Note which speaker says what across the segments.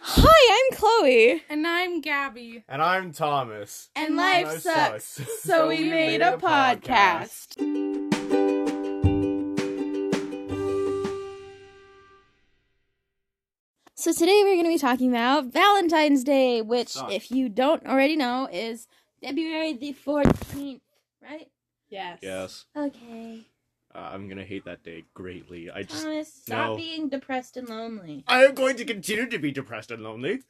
Speaker 1: Hi, I'm Chloe.
Speaker 2: And I'm Gabby.
Speaker 3: And I'm Thomas.
Speaker 1: And,
Speaker 2: life
Speaker 3: life
Speaker 1: sucks.
Speaker 3: sucks,
Speaker 1: So,
Speaker 3: so
Speaker 1: we
Speaker 3: we
Speaker 1: made
Speaker 3: made
Speaker 1: a
Speaker 3: a podcast.
Speaker 1: podcast. So today we're going to be talking about Valentine's Day, which,
Speaker 3: Sucks.
Speaker 1: if you don't already know, is February the 14th, right?
Speaker 2: Yes.
Speaker 3: Yes.
Speaker 1: Okay.
Speaker 3: Uh, I'm gonna hate that day greatly. I
Speaker 4: Uh,
Speaker 3: just.
Speaker 1: Thomas, stop
Speaker 3: no.
Speaker 1: being depressed and lonely.
Speaker 3: I am going to continue to be depressed and lonely.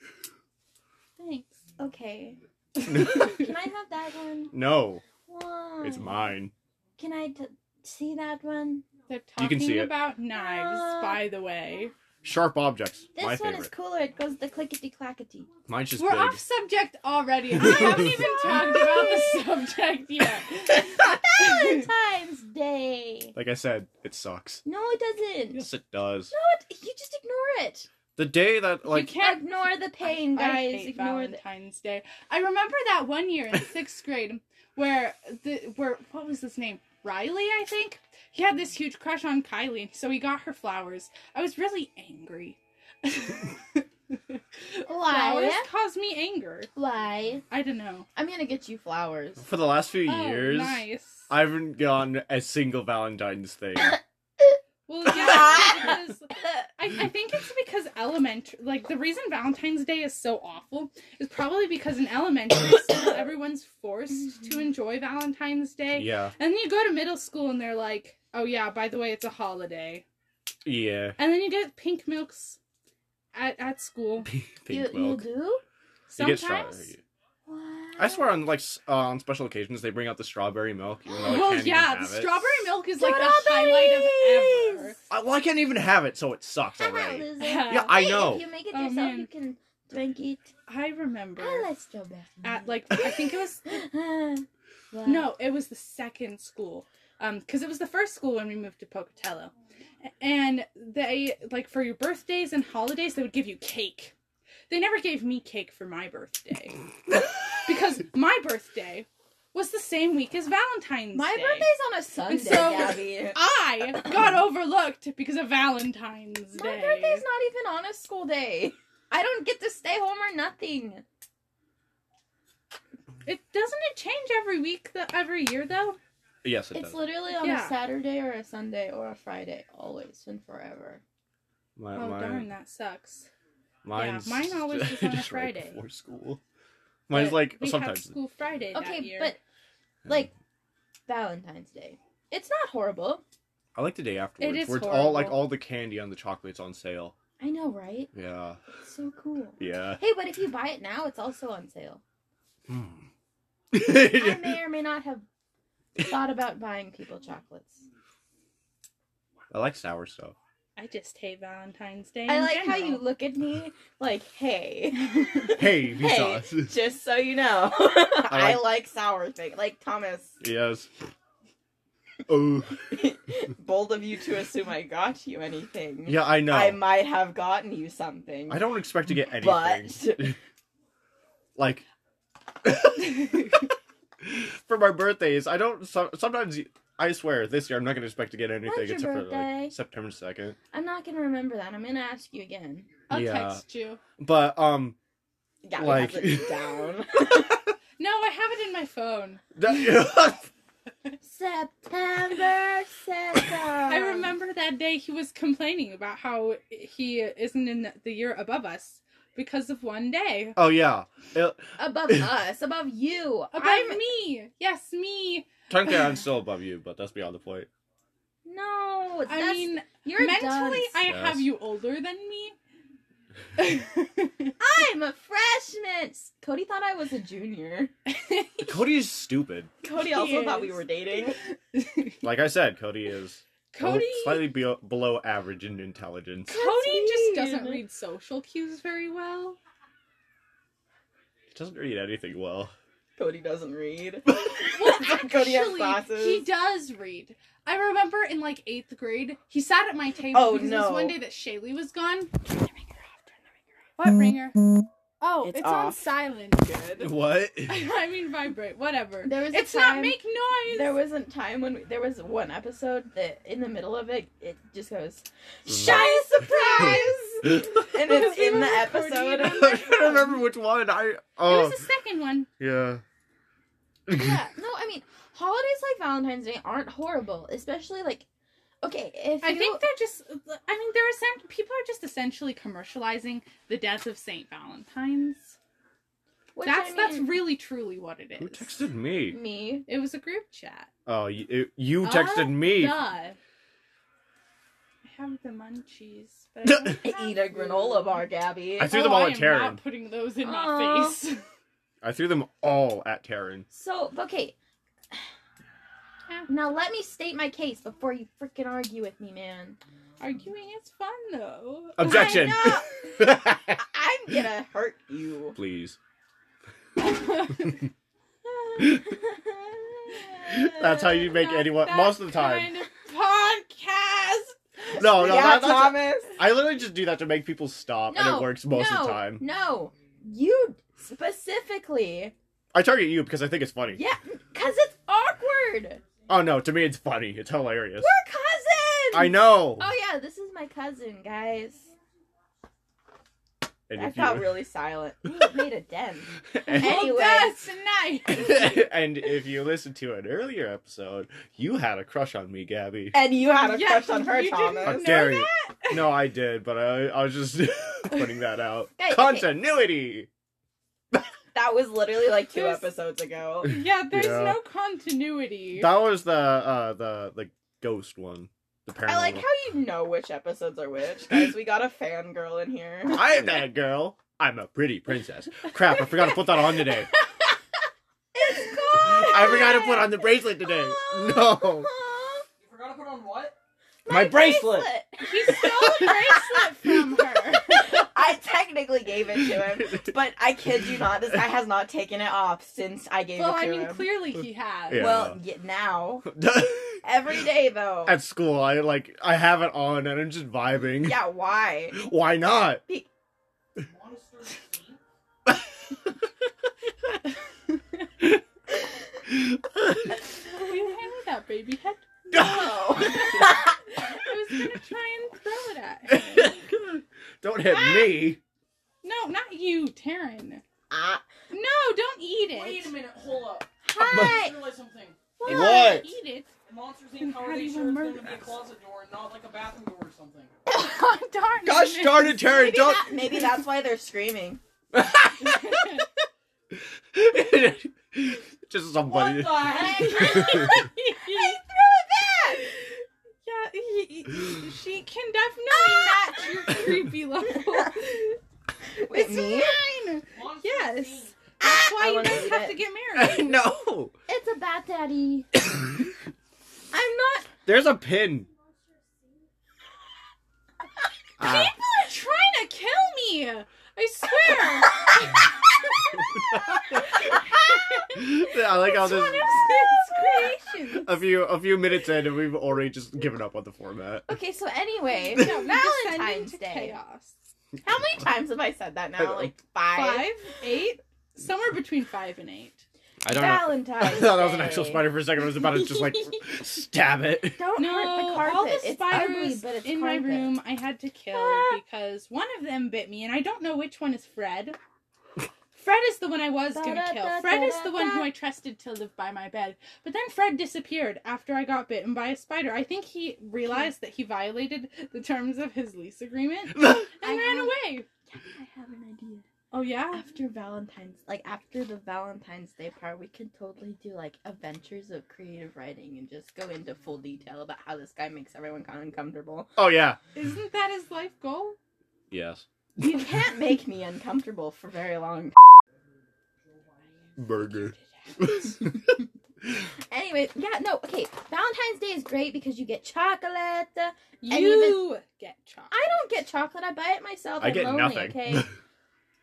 Speaker 1: Thanks. Okay. Can I have that one?
Speaker 3: no,
Speaker 1: Why?
Speaker 4: Uh.
Speaker 3: it's mine.
Speaker 1: Can I t- see that one?
Speaker 2: They're talking
Speaker 3: You can see it.
Speaker 2: about knives,
Speaker 1: Ah.
Speaker 2: by the way.
Speaker 3: Sharp objects.
Speaker 1: This
Speaker 3: my
Speaker 1: one
Speaker 3: favorite.
Speaker 1: is cooler. It goes the clickety clackety.
Speaker 3: Mine's just
Speaker 2: We're
Speaker 3: big.
Speaker 2: off subject already. I haven't even talked about the subject yet.
Speaker 1: Valentine's Day.
Speaker 3: Like I said, it sucks.
Speaker 1: No, it doesn't.
Speaker 3: Yes, it does.
Speaker 1: No, it, you just ignore it.
Speaker 3: The day that like
Speaker 2: you can't
Speaker 1: ignore the pain,
Speaker 2: I
Speaker 1: guys.
Speaker 2: hate
Speaker 1: ignore the.
Speaker 2: Valentine's Day. I remember that one year in sixth grade where the where what was his name? Riley, I think. He had this huge crush on Kylie, so he got her flowers. I was really angry. Flowers caused me anger.
Speaker 1: Why?
Speaker 2: I don't know.
Speaker 1: I'm gonna get you flowers.
Speaker 3: for the last few
Speaker 2: Oh,
Speaker 3: years,
Speaker 2: nice.
Speaker 3: I haven't gotten a single Valentine's thing.
Speaker 2: Well, yeah, because I, I think it's because elementary, like the reason Valentine's Day is so awful is probably because in elementary school everyone's forced to enjoy Valentine's Day,
Speaker 3: Mm-hmm. yeah,
Speaker 2: and then you go to middle school and they're like, oh yeah, by the way, it's a holiday,
Speaker 3: yeah.
Speaker 2: and then you get pink milks at at school
Speaker 3: Pink
Speaker 1: you, you
Speaker 3: milk.
Speaker 1: do?
Speaker 3: You get stra-
Speaker 2: sometimes.
Speaker 1: Why?
Speaker 3: I swear on like s- uh, on special occasions they bring out the strawberry milk. Even though I
Speaker 2: Well,
Speaker 3: can't even
Speaker 2: Oh, yeah, the
Speaker 3: have it.
Speaker 2: strawberry milk is like the highlight of ever.
Speaker 1: Strawberries!
Speaker 3: I, well, I can't even have it, so it sucks
Speaker 1: I'm not
Speaker 3: already.
Speaker 1: losing.
Speaker 2: Yeah,
Speaker 3: I
Speaker 1: Hey,
Speaker 3: know.
Speaker 1: If you make it
Speaker 2: Oh,
Speaker 1: yourself,
Speaker 2: man.
Speaker 1: you can drink it.
Speaker 2: I
Speaker 4: Ah,
Speaker 2: remember
Speaker 1: I like strawberry.
Speaker 2: at like I think it was
Speaker 1: Why?
Speaker 2: No, it was the second school. Um, because it was the first school when we moved to Pocatello, and they like for your birthdays and holidays they would give you cake. They never gave me cake for my birthday because my birthday was the same week as Valentine's
Speaker 4: My
Speaker 2: Day.
Speaker 4: birthday's on a Sunday,
Speaker 2: so-
Speaker 4: Gabby.
Speaker 2: I got overlooked because of Valentine's
Speaker 4: My
Speaker 2: Day.
Speaker 4: birthday's not even on a school day. I don't get to stay home or nothing.
Speaker 2: It doesn't it change every week, th- every year though.
Speaker 3: Yes, it
Speaker 4: It's
Speaker 3: does.
Speaker 4: literally on
Speaker 2: Yeah.
Speaker 4: a Saturday or a Sunday or a Friday, always and forever.
Speaker 3: My,
Speaker 2: Oh
Speaker 3: Uh, mine-
Speaker 2: darn, that sucks.
Speaker 3: mine's
Speaker 2: mine always is on a
Speaker 3: just right
Speaker 2: Friday.
Speaker 3: before school. Mine's
Speaker 2: But
Speaker 3: like
Speaker 2: we
Speaker 3: sometimes.
Speaker 2: have school Friday. that
Speaker 4: Okay,
Speaker 2: year.
Speaker 4: but like Valentine's Day, it's not horrible.
Speaker 3: I like the day afterwards.
Speaker 2: is
Speaker 3: where it's all like
Speaker 2: horrible.
Speaker 3: all the candy on the chocolates on sale.
Speaker 4: I know, right?
Speaker 3: Yeah,
Speaker 4: It's so cool.
Speaker 3: yeah.
Speaker 4: Hey, but if you buy it now, it's also on sale.
Speaker 3: Hmm.
Speaker 4: I may or may not have thought about buying people chocolates.
Speaker 3: I like sour stuff.
Speaker 2: I just hate Valentine's Day.
Speaker 4: I
Speaker 2: in
Speaker 4: like how
Speaker 2: general.
Speaker 4: you look at me like, hey.
Speaker 3: Hey,
Speaker 4: Hey,
Speaker 3: sauce.
Speaker 4: Just so you know,
Speaker 3: I
Speaker 4: I,
Speaker 3: like-
Speaker 4: like... sour things. Like Thomas,
Speaker 3: yes. Oh,
Speaker 4: bold of you to assume I got you anything.
Speaker 3: yeah. I know.
Speaker 4: I
Speaker 3: I'm...
Speaker 4: might have gotten you something.
Speaker 3: I do not expect to get anything.
Speaker 4: But
Speaker 3: Like for my birthdays, I don't. So, sometimes I swear this year I'm not gonna expect to get anything
Speaker 4: When's your
Speaker 3: except for
Speaker 4: birthday?
Speaker 3: like September second.
Speaker 4: I'm not gonna remember that. I'm gonna ask you again.
Speaker 2: I'll
Speaker 3: Yeah.
Speaker 2: text you.
Speaker 3: But um,
Speaker 4: Yeah,
Speaker 3: Like-
Speaker 4: like... it down.
Speaker 2: No, I have it in my phone.
Speaker 3: that-
Speaker 1: September 2nd.
Speaker 2: I
Speaker 4: Um,
Speaker 2: remember that day he was complaining about how he isn't in the year above us because of one day.
Speaker 3: oh yeah,
Speaker 4: above us, above you.
Speaker 2: About
Speaker 4: I'm
Speaker 2: me. Yes, me.
Speaker 3: technically I'm still above you, but that's beyond the point.
Speaker 4: no.
Speaker 2: I
Speaker 4: that's-
Speaker 2: mean,
Speaker 4: you're
Speaker 2: mentally,
Speaker 4: I...
Speaker 2: I
Speaker 3: Yes.
Speaker 2: have you older than me.
Speaker 4: am a freshman. Cody thought I was a junior.
Speaker 3: Cody is stupid.
Speaker 4: Cody
Speaker 2: He
Speaker 4: also thought we
Speaker 2: is.
Speaker 4: were dating.
Speaker 3: Like I said, Cody is
Speaker 2: Cody.
Speaker 3: slightly be- below average in intelligence.
Speaker 2: Cody just doesn't
Speaker 4: mean.
Speaker 2: read social cues very well.
Speaker 3: He doesn't read anything well.
Speaker 4: Cody doesn't read.
Speaker 2: Well,
Speaker 4: Cody has
Speaker 2: actually,
Speaker 4: glasses.
Speaker 2: he does read. I remember in like eighth grade, he sat at my table
Speaker 4: Oh,
Speaker 2: because it was
Speaker 4: no.
Speaker 2: one day that Shaylee was gone. What ringer? Oh,
Speaker 4: It's
Speaker 2: it's, on
Speaker 4: off.
Speaker 2: silent. Good.
Speaker 3: What?
Speaker 2: I mean, vibrate. Whatever.
Speaker 4: There was a
Speaker 2: it's not
Speaker 4: time-
Speaker 2: make noise.
Speaker 4: There wasn't time when we, there was one episode that in the middle of it it just goes
Speaker 3: Mm.
Speaker 4: shy surprise and it's
Speaker 2: We
Speaker 4: in the
Speaker 2: were
Speaker 4: episode.
Speaker 2: recording it.
Speaker 3: I don't remember which one. I
Speaker 2: It
Speaker 3: oh
Speaker 2: was the second one.
Speaker 3: yeah.
Speaker 4: yeah, no, I mean, holidays like Valentine's Day aren't horrible, especially like, okay, if
Speaker 2: I
Speaker 4: you,
Speaker 2: think they're just. I mean, they're essen- people are just essentially commercializing the death of Saint Valentine's.
Speaker 4: which
Speaker 2: that's
Speaker 4: I
Speaker 2: that's
Speaker 4: mean,
Speaker 2: really truly what it is.
Speaker 3: Who texted me?
Speaker 4: me.
Speaker 2: It was a group chat.
Speaker 3: Oh, you, you
Speaker 2: Ah,
Speaker 3: texted me.
Speaker 2: Duh. I have the munchies, but I, don't have
Speaker 4: I eat a granola
Speaker 2: you.
Speaker 4: bar, Gabby.
Speaker 3: I threw them
Speaker 2: Oh,
Speaker 3: all
Speaker 2: I
Speaker 3: at
Speaker 2: am
Speaker 3: Taryn.
Speaker 2: Not putting those in my
Speaker 4: Aw.
Speaker 2: face.
Speaker 3: I threw them all at Taryn.
Speaker 4: so okay, now let me state my case before you freaking argue with me, man.
Speaker 2: Arguing is fun though.
Speaker 3: Objection.
Speaker 4: I know. I'm gonna hurt you.
Speaker 3: Please.
Speaker 4: That's
Speaker 3: That's how you make
Speaker 2: Not
Speaker 3: anyone
Speaker 2: that
Speaker 3: most of the time.
Speaker 2: kind of podcast.
Speaker 3: No, no,
Speaker 4: yeah,
Speaker 3: that- that's
Speaker 4: Thomas.
Speaker 3: I literally just do that to make people stop, and it works most
Speaker 4: no,
Speaker 3: of the time.
Speaker 4: No, you specifically.
Speaker 3: I target you because I think it's funny.
Speaker 4: Yeah, because it's awkward.
Speaker 3: Oh no, to me it's funny. It's hilarious.
Speaker 4: We're cousins.
Speaker 3: I know.
Speaker 4: Oh yeah, this is my cousin, guys.
Speaker 3: and
Speaker 4: I
Speaker 3: if
Speaker 4: felt
Speaker 3: you
Speaker 4: really silent. Ooh, it made a den.
Speaker 3: and,
Speaker 4: Anyway.
Speaker 2: Well, that's nice.
Speaker 3: and if you listen to an earlier episode, you had a crush on me, Gabby.
Speaker 4: And you had a
Speaker 2: Yeah,
Speaker 4: crush on her,
Speaker 2: you didn't
Speaker 4: Thomas.
Speaker 3: How
Speaker 2: know
Speaker 3: dare you? No, I did, but I, I was just putting that out.
Speaker 4: Hey, okay.
Speaker 3: Continuity.
Speaker 4: That was literally like two
Speaker 2: There's-
Speaker 4: episodes ago.
Speaker 2: Yeah, there's
Speaker 3: Yeah.
Speaker 2: no continuity.
Speaker 3: That was the uh the the ghost one. The paranormal.
Speaker 4: I like how you know which episodes are which, guys. We got a fangirl in here.
Speaker 3: I am that girl. I'm a pretty princess. Crap, I forgot to put that on today.
Speaker 4: It's gone.
Speaker 3: I forgot to put on the bracelet today. No.
Speaker 4: Aw,
Speaker 5: You forgot to put on what?
Speaker 3: My bracelet.
Speaker 2: He stole a bracelet from her.
Speaker 4: I technically gave it to him, but I kid you not, this guy has not taken it off since I gave
Speaker 2: Well,
Speaker 4: it to
Speaker 2: I mean,
Speaker 4: him.
Speaker 2: clearly he has.
Speaker 3: Yeah.
Speaker 4: Well, y- now every day though.
Speaker 3: At school, I like I have it on and I'm just vibing.
Speaker 4: yeah, why?
Speaker 3: Why not?
Speaker 5: Monster Machine?
Speaker 2: Will you hand me that baby head?
Speaker 4: Oh.
Speaker 2: I was gonna try and throw it at him.
Speaker 3: Don't hit me.
Speaker 2: No, not you, Taryn.
Speaker 4: Ah,
Speaker 2: No, don't eat it.
Speaker 5: Wait a minute, hold up. I
Speaker 4: Hi.
Speaker 5: realized something.
Speaker 2: If you
Speaker 3: What?
Speaker 2: Eat it.
Speaker 5: Monsters
Speaker 2: Then
Speaker 5: Inc.
Speaker 2: how do
Speaker 5: holiday
Speaker 2: you
Speaker 5: sure is going
Speaker 2: murder
Speaker 5: to be a
Speaker 2: us?
Speaker 5: closet door and not like a bathroom door or something.
Speaker 2: Oh, darn
Speaker 3: Gosh
Speaker 2: it.
Speaker 3: darn it, Terry!
Speaker 4: maybe,
Speaker 3: Don't.
Speaker 4: that- maybe that's why they're screaming.
Speaker 3: just
Speaker 5: What
Speaker 3: somebody.
Speaker 5: the heck?
Speaker 2: Yeah, he, he- she can definitely match your creepy level.
Speaker 4: Ah! Wait,
Speaker 2: It's
Speaker 4: me?
Speaker 2: fine.
Speaker 5: Monster Machine.
Speaker 2: Yes. That's why
Speaker 4: I
Speaker 2: you
Speaker 4: wanna
Speaker 2: guys
Speaker 4: eat
Speaker 2: have
Speaker 4: it.
Speaker 2: to get married.
Speaker 3: no.
Speaker 4: It's a bat daddy. I'm not
Speaker 3: There's a pin. Ah.
Speaker 2: People are trying to kill me. I swear.
Speaker 3: I like how
Speaker 2: it's
Speaker 3: this.
Speaker 2: one of Sid's creations.
Speaker 3: A few a few minutes in, and we've already just given up on the format.
Speaker 4: Okay, so anyway,
Speaker 2: No, we descend
Speaker 4: Valentine's
Speaker 2: into
Speaker 4: Day.
Speaker 2: Chaos.
Speaker 4: How many times have I said that
Speaker 3: I don't
Speaker 4: now? Like five.
Speaker 2: Five, eight, somewhere between five and eight.
Speaker 3: I don't know.
Speaker 4: Valentine's.
Speaker 3: I thought that was an
Speaker 4: Day.
Speaker 3: actual spider for a second. I was about to just like stab it.
Speaker 4: Don't
Speaker 2: No,
Speaker 4: hurt the carpet.
Speaker 2: all the
Speaker 4: it's
Speaker 2: spiders
Speaker 4: ugly, but it's
Speaker 2: in
Speaker 4: carpet.
Speaker 2: my room I had to kill
Speaker 4: Ah.
Speaker 2: because one of them bit me, and I don't know which one is Fred. Fred is the one I was gonna kill. Fred is the one who I trusted to live by my bed. But then Fred disappeared after I got bitten by a spider. I think he realized that he violated the terms of his lease agreement and
Speaker 4: I
Speaker 2: ran
Speaker 4: have-
Speaker 2: away.
Speaker 4: I have an idea.
Speaker 2: Oh yeah?
Speaker 4: After Valentine's, like after the Valentine's Day part, we could totally do like adventures of creative writing and just go into full detail about how this guy makes everyone kind of uncomfortable.
Speaker 3: Oh yeah.
Speaker 2: Isn't that his life goal?
Speaker 3: Yes.
Speaker 4: You can't make me uncomfortable for very long.
Speaker 3: Burger.
Speaker 4: Anyway, yeah, no, okay. Valentine's Day is great because you get chocolate.
Speaker 2: You get chopped.
Speaker 4: I don't get chocolate. I buy it myself.
Speaker 3: I
Speaker 4: I'm
Speaker 3: get
Speaker 4: lonely,
Speaker 3: nothing.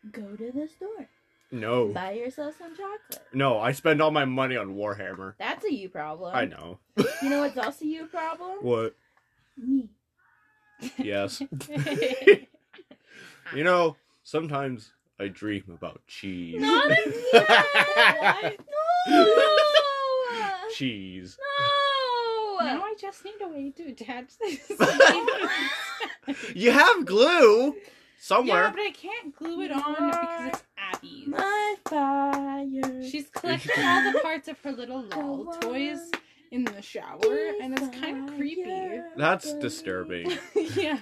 Speaker 4: Okay, go to the store.
Speaker 3: No.
Speaker 4: Buy yourself some chocolate.
Speaker 3: No, I spend all my money on Warhammer.
Speaker 4: That's a you problem.
Speaker 3: I know.
Speaker 4: You know what's also you problem?
Speaker 3: What?
Speaker 4: Me.
Speaker 3: Yes. You know, sometimes I dream about cheese.
Speaker 4: Not
Speaker 2: What?
Speaker 4: No.
Speaker 3: cheese.
Speaker 4: No.
Speaker 2: Now I just need a way to attach this.
Speaker 3: You have glue
Speaker 2: yeah,
Speaker 3: somewhere.
Speaker 2: but I can't glue it on because it's Abby's.
Speaker 4: My fire.
Speaker 2: She's collecting all the parts of her little lol toys in the shower, and it's kind of creepy.
Speaker 3: That's disturbing.
Speaker 2: yeah.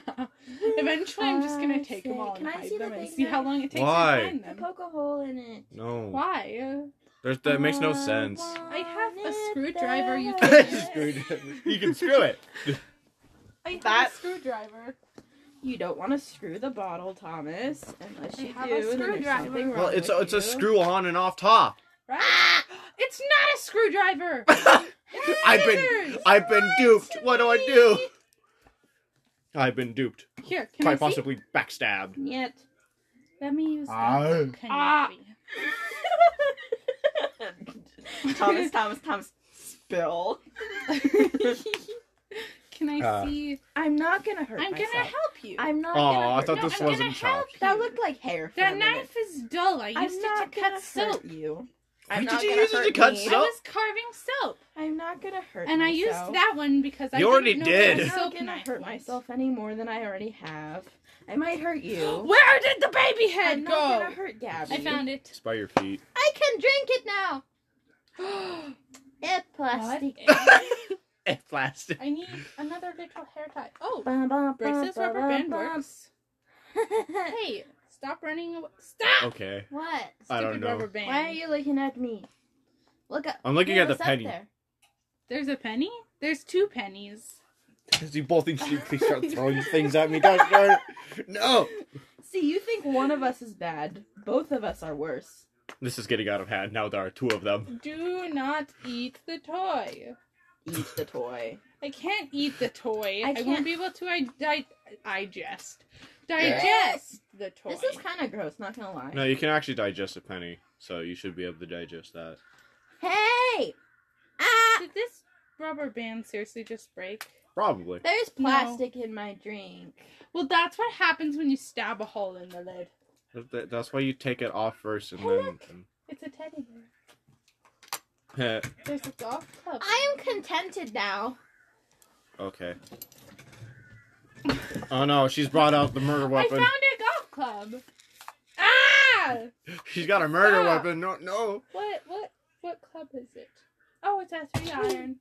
Speaker 2: Eventually, I'm just gonna take them all
Speaker 1: Can
Speaker 2: and
Speaker 1: I
Speaker 2: hide
Speaker 1: see the
Speaker 2: them and
Speaker 1: thing
Speaker 2: see how
Speaker 1: that-
Speaker 2: long it takes
Speaker 3: Why?
Speaker 2: to find
Speaker 4: I
Speaker 2: them.
Speaker 4: poke a hole in it.
Speaker 3: No,
Speaker 2: Why?
Speaker 3: There's, that makes no sense.
Speaker 2: I have a screwdriver. You
Speaker 3: You
Speaker 2: can.
Speaker 3: screwed it. You can screw it.
Speaker 2: I have
Speaker 4: That-
Speaker 2: a screwdriver.
Speaker 4: You don't want to screw the bottle, Thomas, unless
Speaker 2: I
Speaker 4: you
Speaker 2: have
Speaker 4: do.
Speaker 2: a
Speaker 4: and then there's
Speaker 2: screwdriver.
Speaker 4: something wrong
Speaker 3: Well, it's a,
Speaker 4: with
Speaker 3: it's a
Speaker 4: you.
Speaker 3: screw on and off top.
Speaker 2: Right? it's not a screwdriver.
Speaker 3: I've been I've been duped. What do I do? I've been duped.
Speaker 2: Here, can I see?
Speaker 3: Quite possibly backstabbed.
Speaker 4: Yet.
Speaker 2: Let me use that.
Speaker 3: Ah.
Speaker 2: Can
Speaker 4: Ah.
Speaker 2: you see?
Speaker 4: Thomas, Thomas, Thomas. Spill.
Speaker 2: Can I
Speaker 3: Uh,
Speaker 2: see?
Speaker 4: I'm not gonna hurt
Speaker 2: I'm gonna
Speaker 4: myself.
Speaker 2: help you.
Speaker 4: I'm not gonna.
Speaker 3: Oh, I
Speaker 4: hurt
Speaker 3: thought
Speaker 2: No,
Speaker 3: this
Speaker 2: I'm gonna
Speaker 3: wasn't
Speaker 2: help
Speaker 3: chopped.
Speaker 2: you.
Speaker 4: That looked like hair. For
Speaker 2: That
Speaker 4: a
Speaker 2: knife
Speaker 4: minute.
Speaker 2: is dull. I
Speaker 4: I'm
Speaker 2: used
Speaker 4: not
Speaker 2: it to cut
Speaker 4: gonna hurt
Speaker 2: soap.
Speaker 4: you.
Speaker 3: Why
Speaker 4: I'm
Speaker 3: did
Speaker 4: not
Speaker 3: you
Speaker 4: gonna
Speaker 3: use it to
Speaker 4: hurt
Speaker 3: cut
Speaker 4: me.
Speaker 2: I
Speaker 3: soap?
Speaker 2: was carving soap,
Speaker 4: I'm not gonna hurt.
Speaker 2: and I used
Speaker 4: myself.
Speaker 2: that one because I
Speaker 3: You already
Speaker 2: didn't know what
Speaker 3: did.
Speaker 4: I'm
Speaker 2: a
Speaker 4: not
Speaker 2: soap
Speaker 4: gonna
Speaker 2: knife
Speaker 4: hurt
Speaker 2: was.
Speaker 4: myself any more than I already have. I might hurt you.
Speaker 2: Where did the baby head
Speaker 4: I'm
Speaker 2: go?
Speaker 4: not gonna hurt Gabby.
Speaker 2: I found it.
Speaker 3: It's by your feet.
Speaker 4: I can drink it now. It plastic.
Speaker 3: It plastic.
Speaker 2: I need another little hair tie. Oh,
Speaker 4: Bum, bum,
Speaker 2: braces,
Speaker 4: bum,
Speaker 2: rubber
Speaker 4: bum,
Speaker 2: band
Speaker 4: bum.
Speaker 2: works. Hey, stop running away! Stop!
Speaker 3: Okay.
Speaker 4: what?
Speaker 3: I don't
Speaker 2: Stupid
Speaker 3: know.
Speaker 2: Rubber band.
Speaker 4: Why are you looking at me? Look up.
Speaker 3: I'm looking
Speaker 4: Hey,
Speaker 3: at the
Speaker 4: what's up
Speaker 3: penny.
Speaker 4: there?
Speaker 2: There's a penny. There's two pennies.
Speaker 3: You both need to please start throwing things at me. Don't start. No.
Speaker 4: See, you think one of us is bad. Both of us are worse.
Speaker 3: This is getting out of hand. Now there are two of them.
Speaker 2: Do not eat the toy.
Speaker 4: Eat the toy.
Speaker 2: I can't eat the toy.
Speaker 4: I
Speaker 2: I, won't
Speaker 4: can't-
Speaker 2: be able to I, di- digest. Digest the toy.
Speaker 4: This is kind of gross. Not gonna lie.
Speaker 3: No, you can actually digest a penny, so you should be able to digest that.
Speaker 4: Hey! Ah!
Speaker 2: Did this rubber band seriously just break?
Speaker 3: Probably.
Speaker 4: There's
Speaker 2: No.
Speaker 4: plastic in my drink.
Speaker 2: Well, that's what happens when you stab a hole in the lid.
Speaker 3: Th- th- That's why you take it off first and
Speaker 2: It's a teddy bear.
Speaker 3: then.
Speaker 2: There's a golf club.
Speaker 4: I am contented now.
Speaker 3: okay. Oh no, she's brought out the murder
Speaker 2: I
Speaker 3: weapon.
Speaker 2: found a golf club. Ah!
Speaker 3: She's got a murder
Speaker 2: Stop.
Speaker 3: weapon. No, no.
Speaker 2: What what what club is it? Oh, it's a three iron.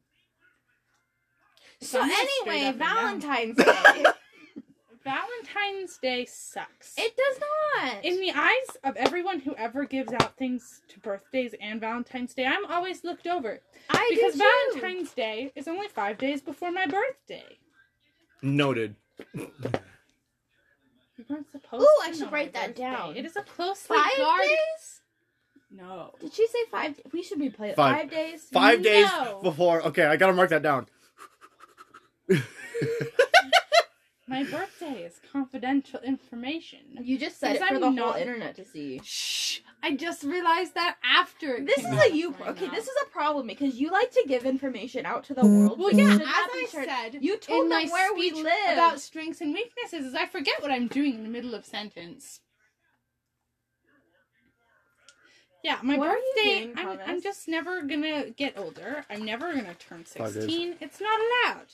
Speaker 4: So
Speaker 2: I'm gonna straight
Speaker 4: anyway,
Speaker 2: up and down.
Speaker 4: Valentine's Day.
Speaker 2: Valentine's Day sucks.
Speaker 4: it does not.
Speaker 2: in the eyes of everyone who ever gives out things to birthdays and Valentine's Day, I'm always looked over
Speaker 4: I do
Speaker 2: because
Speaker 4: too.
Speaker 2: Valentine's Day is only five days before my birthday.
Speaker 3: Noted.
Speaker 2: You weren't supposed.
Speaker 4: Ooh,
Speaker 2: to
Speaker 4: I should
Speaker 2: know my
Speaker 4: write that
Speaker 2: birthday.
Speaker 4: down.
Speaker 2: It is a closely
Speaker 4: Five
Speaker 2: guarded.
Speaker 4: days?
Speaker 2: No.
Speaker 4: Did she say five? We should be playing
Speaker 3: Five.
Speaker 4: five. days.
Speaker 3: Five days
Speaker 2: No.
Speaker 3: before. Okay, I gotta mark that down.
Speaker 2: My birthday is confidential information.
Speaker 4: You just said it
Speaker 2: Because
Speaker 4: for
Speaker 2: I'm
Speaker 4: the whole
Speaker 2: not-
Speaker 4: internet to see.
Speaker 2: Shh! I just realized that after. it
Speaker 4: This is
Speaker 2: came
Speaker 4: a
Speaker 2: out.
Speaker 4: you.
Speaker 2: I
Speaker 4: Okay,
Speaker 2: know.
Speaker 4: this is a problem because you like to give information out to the world.
Speaker 2: Well,
Speaker 4: which
Speaker 2: yeah,
Speaker 4: should
Speaker 2: as
Speaker 4: not be
Speaker 2: I
Speaker 4: shared.
Speaker 2: said,
Speaker 4: you told
Speaker 2: in
Speaker 4: them
Speaker 2: my
Speaker 4: where we
Speaker 2: speech
Speaker 4: live.
Speaker 2: about strengths and weaknesses. Is I forget what I'm doing in the middle of sentence. Yeah, my
Speaker 4: What are you
Speaker 2: birthday.
Speaker 4: doing,
Speaker 2: I'm, I'm
Speaker 4: Thomas?
Speaker 2: just never gonna get older. I'm never gonna turn
Speaker 3: Five days.
Speaker 2: 16. It's not allowed.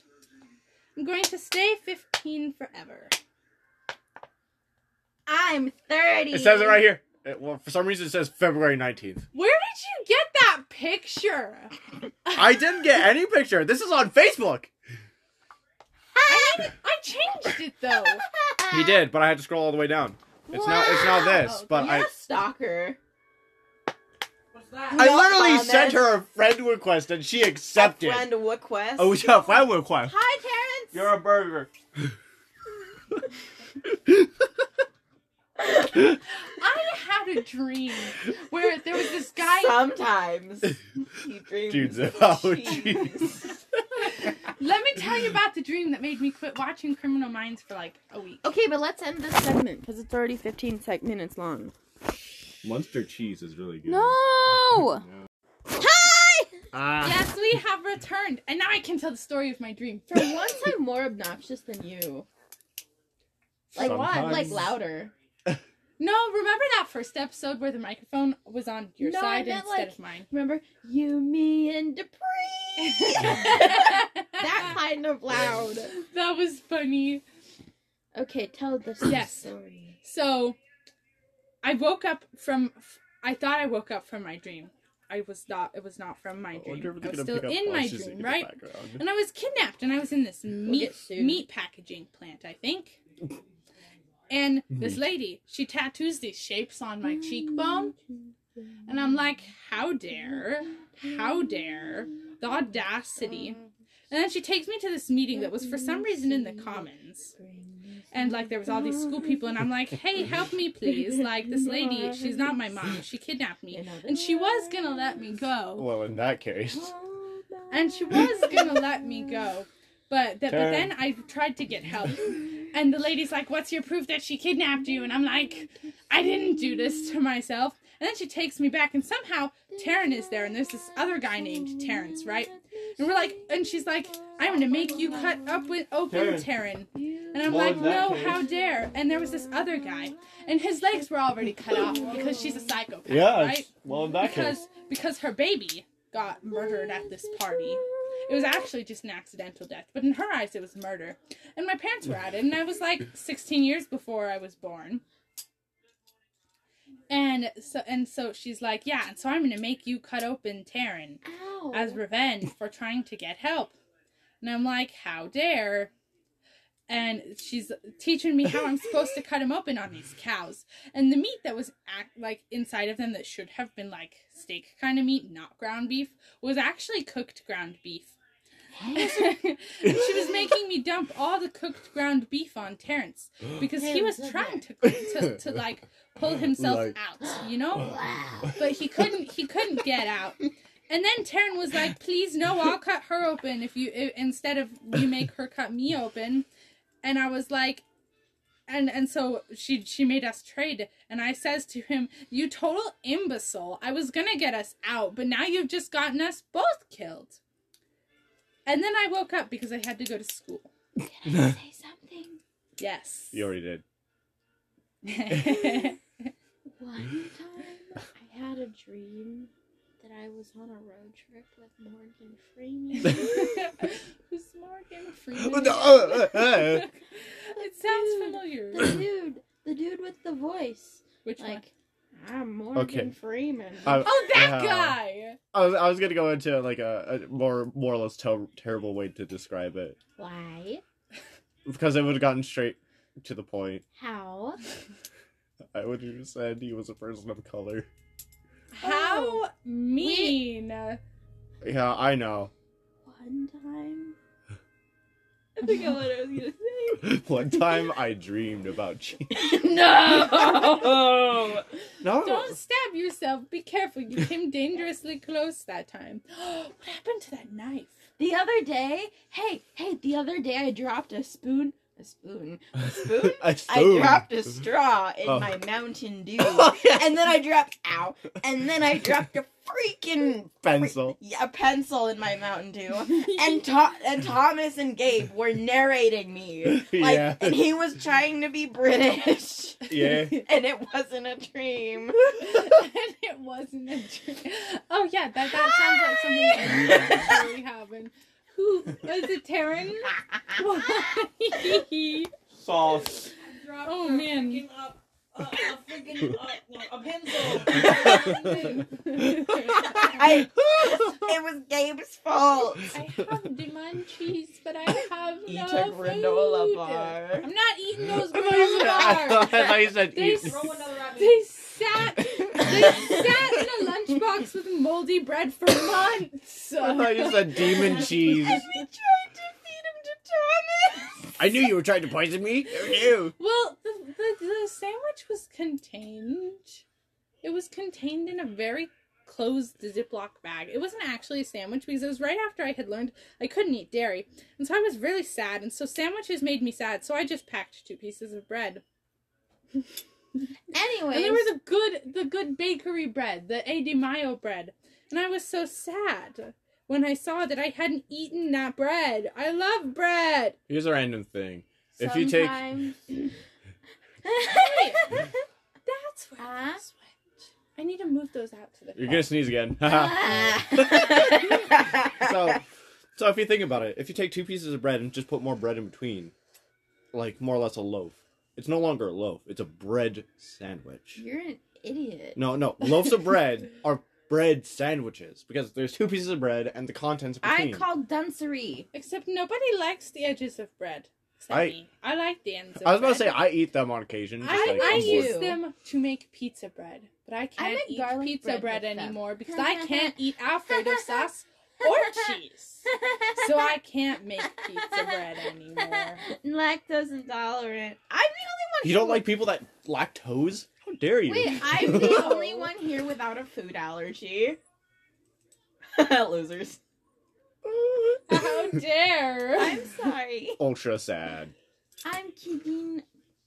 Speaker 2: I'm going to stay 15 forever.
Speaker 4: I'm thirty.
Speaker 3: It says it right here. It- well, for some reason, it says February 19th.
Speaker 2: Where did you get that picture?
Speaker 3: I didn't get any picture. This is on Facebook.
Speaker 2: I, didn't- I changed it though.
Speaker 3: He did, but I had to scroll all the way down. It's not. It's not this,
Speaker 2: Wow.
Speaker 3: but
Speaker 4: You're a stalker.
Speaker 5: What's that?
Speaker 3: I. I
Speaker 4: No
Speaker 3: literally
Speaker 4: comment.
Speaker 3: sent her a friend request and she accepted.
Speaker 4: A friend request.
Speaker 3: Oh, yeah, friend request.
Speaker 4: Hi, Terrence.
Speaker 3: You're a burger.
Speaker 2: I had a dream where there was this guy.
Speaker 4: Sometimes he dreams
Speaker 3: Dudes
Speaker 4: of
Speaker 3: about
Speaker 4: cheese.
Speaker 2: Let me tell you about the dream that made me quit watching Criminal Minds for like a week.
Speaker 4: okay, but let's end this segment because it's already 15 sec- minutes long.
Speaker 3: Munster cheese is really good.
Speaker 4: No. Hi.
Speaker 3: Ah,
Speaker 2: Yes, we have returned, and now I can tell the story of my dream.
Speaker 4: For once, I'm more obnoxious than you. Like what? Like louder.
Speaker 2: No, remember that first episode where the microphone was on your
Speaker 4: No, I
Speaker 2: side
Speaker 4: meant,
Speaker 2: instead
Speaker 4: like-
Speaker 2: of mine.
Speaker 4: Remember, you, me, and Dupree. that
Speaker 2: that,
Speaker 4: kind of loud.
Speaker 2: that was funny.
Speaker 4: Okay, tell the
Speaker 2: Yes.
Speaker 4: story.
Speaker 2: So, I woke up from. I thought I woke up from my dream. I was not. It was not from my dream. I was still in my dream, right? And I was kidnapped, and I was in this meat
Speaker 4: get sued.
Speaker 2: meat packaging plant, I think. And this lady, she tattoos these shapes on my cheekbone, and I'm like, "How dare! How dare! The audacity!" And then she takes me to this meeting that was for some reason in the commons. And like there was all these school people, and I'm like, "Hey, help me, please! Like this lady, she's not my mom. She kidnapped me, and she was gonna let me go."
Speaker 3: Well, in that case,
Speaker 2: and she was gonna let me go but, th- but then i tried to get help and the lady's like what's your proof that she kidnapped you and i'm like i didn't do this to myself and then she takes me back and somehow taryn is there and there's this other guy named terrence right and we're like and she's like i'm gonna make you cut up with open taryn and i'm
Speaker 3: Well,
Speaker 2: like
Speaker 3: in that
Speaker 2: no
Speaker 3: case-
Speaker 2: how dare and there was this other guy and his legs were already cut off because she's a psychopath
Speaker 3: yeah.
Speaker 2: right
Speaker 3: Well, in that case,
Speaker 2: because because her baby got murdered at this party. It was actually just an accidental death, but in her eyes, it was murder. And my parents were at it, and I was like 16 years before I was born. And so and so she's like, yeah, and so I'm gonna make you cut open Taryn
Speaker 4: Ow.
Speaker 2: as revenge for trying to get help. And I'm like, how dare? And she's teaching me how I'm supposed to cut him open on these cows. And the meat that was act- like inside of them that should have been like steak kind of meat, not ground beef, was actually cooked ground beef. she was making me dump all the cooked ground beef on Terrence because he was trying to, to, to like pull himself
Speaker 3: Like-
Speaker 2: out, you know? But he couldn't he couldn't get out. And then Taryn was like, "Please, no, I'll cut her open if you i instead of you make her cut me open." And I was like, and and so she she made us trade, and I says to him, "You total imbecile! I was gonna get us out, but now you've just gotten us both killed." And then I woke up because I had to go to school.
Speaker 4: Say something.
Speaker 2: Yes.
Speaker 3: you already did.
Speaker 4: One time, I had a dream that I was on a road trip with Morgan Freeman.
Speaker 2: Who's Morgan Freeman?
Speaker 3: Uh,
Speaker 2: it sounds familiar.
Speaker 4: the dude, the dude with the voice,
Speaker 2: Which one?
Speaker 4: like I'm Morgan
Speaker 3: Okay.
Speaker 4: Freeman.
Speaker 3: I,
Speaker 2: Oh, that
Speaker 3: Yeah.
Speaker 2: guy.
Speaker 3: I was, I was gonna go into like a, a more more or less ter- terrible way to describe it
Speaker 4: Why?
Speaker 3: because I would have gotten straight to the point.
Speaker 4: How?
Speaker 3: I would have said he was a person of color.
Speaker 2: How mean.
Speaker 3: Yeah, I know.
Speaker 4: One time. I think I know what I was gonna say.
Speaker 3: One time I dreamed about you.
Speaker 4: no.
Speaker 3: No,
Speaker 2: Don't stab yourself. Be careful. You came dangerously close that time. what happened to that knife?
Speaker 4: The other day, hey, hey, the other day I dropped a spoon, a spoon, a spoon.
Speaker 3: I,
Speaker 4: I dropped a straw in
Speaker 3: Oh.
Speaker 4: my Mountain Dew, and then I dropped ow, and then I dropped a freaking
Speaker 3: pencil.
Speaker 4: yeah, a pencil in my Mountain Dew, and to- and Thomas and Gabe were narrating me, like,
Speaker 3: Yeah.
Speaker 4: and he was trying to be British,
Speaker 3: Yeah.
Speaker 4: and it wasn't a dream.
Speaker 2: and it wasn't a dream. Oh, yeah, that, that sounds like something that actually happened. Who was it, Taryn? Why?
Speaker 3: Sauce.
Speaker 5: Dropped
Speaker 2: Oh,
Speaker 5: her
Speaker 2: man.
Speaker 5: freaking Up, uh, a freaking uh, no, a pencil.
Speaker 4: I, it was Gabe's fault.
Speaker 2: I have demand cheese, but I have
Speaker 4: Eat
Speaker 2: no
Speaker 4: a granola
Speaker 2: food.
Speaker 4: bar.
Speaker 2: I'm not eating those
Speaker 3: I thought you said, I
Speaker 2: granola
Speaker 3: thought- I
Speaker 2: bars.
Speaker 3: thought you said
Speaker 2: They
Speaker 3: eat.
Speaker 2: s-
Speaker 5: Throw another at
Speaker 2: They
Speaker 5: me.
Speaker 2: sat. They sat in a lunchbox with moldy bread for months.
Speaker 3: I thought you said demon cheese.
Speaker 4: And we tried to feed him to Thomas.
Speaker 3: I knew you were trying to poison me. Who knew?
Speaker 2: Well, the, the the sandwich was contained. It was contained in a very closed Ziploc bag. It wasn't actually a sandwich because it was right after I had learned I couldn't eat dairy, and so I was really sad. And so sandwiches made me sad. So I just packed two pieces of bread,
Speaker 4: Anyways,
Speaker 2: and they were the good the good bakery bread, the A Di Maio bread. And I was so sad when I saw that I hadn't eaten that bread. I love bread.
Speaker 3: Here's a random thing. If you take-
Speaker 4: Sometimes-
Speaker 2: Hey, that's That's where
Speaker 1: Ah.
Speaker 2: those went. I need to move those out to the.
Speaker 3: You're
Speaker 2: front.
Speaker 3: gonna sneeze again.
Speaker 4: so
Speaker 3: so, so if you think about it, if you take two pieces of bread and just put more bread in between, like more or less a loaf, it's no longer a loaf. It's a bread sandwich.
Speaker 4: you're an idiot.
Speaker 3: No, no, loaves of bread are bread sandwiches because there's two pieces of bread and the contents
Speaker 4: I
Speaker 3: between.
Speaker 4: call duncery.
Speaker 2: Except nobody likes the edges of bread. Except
Speaker 3: I-
Speaker 2: me. I like the ends. Of
Speaker 3: I was about to
Speaker 2: bread.
Speaker 3: say I eat them on occasion. just
Speaker 2: I,
Speaker 3: like
Speaker 2: I
Speaker 3: on board.
Speaker 2: use
Speaker 4: you.
Speaker 2: them to make pizza bread, but I can't
Speaker 4: make
Speaker 2: eat
Speaker 4: garlic
Speaker 2: pizza
Speaker 4: bread
Speaker 2: bread
Speaker 4: with them.
Speaker 2: anymore because I can't eat Alfredo sauce or cheese. So I can't make pizza bread anymore.
Speaker 4: Lactose intolerant. I'm the only one.
Speaker 3: You
Speaker 4: who-
Speaker 3: don't like people that lactose? How dare you?
Speaker 4: Wait, I'm the only one here without a food allergy. Losers.
Speaker 2: How dare!
Speaker 4: I'm sorry.
Speaker 3: Ultra sad.
Speaker 4: I'm keeping.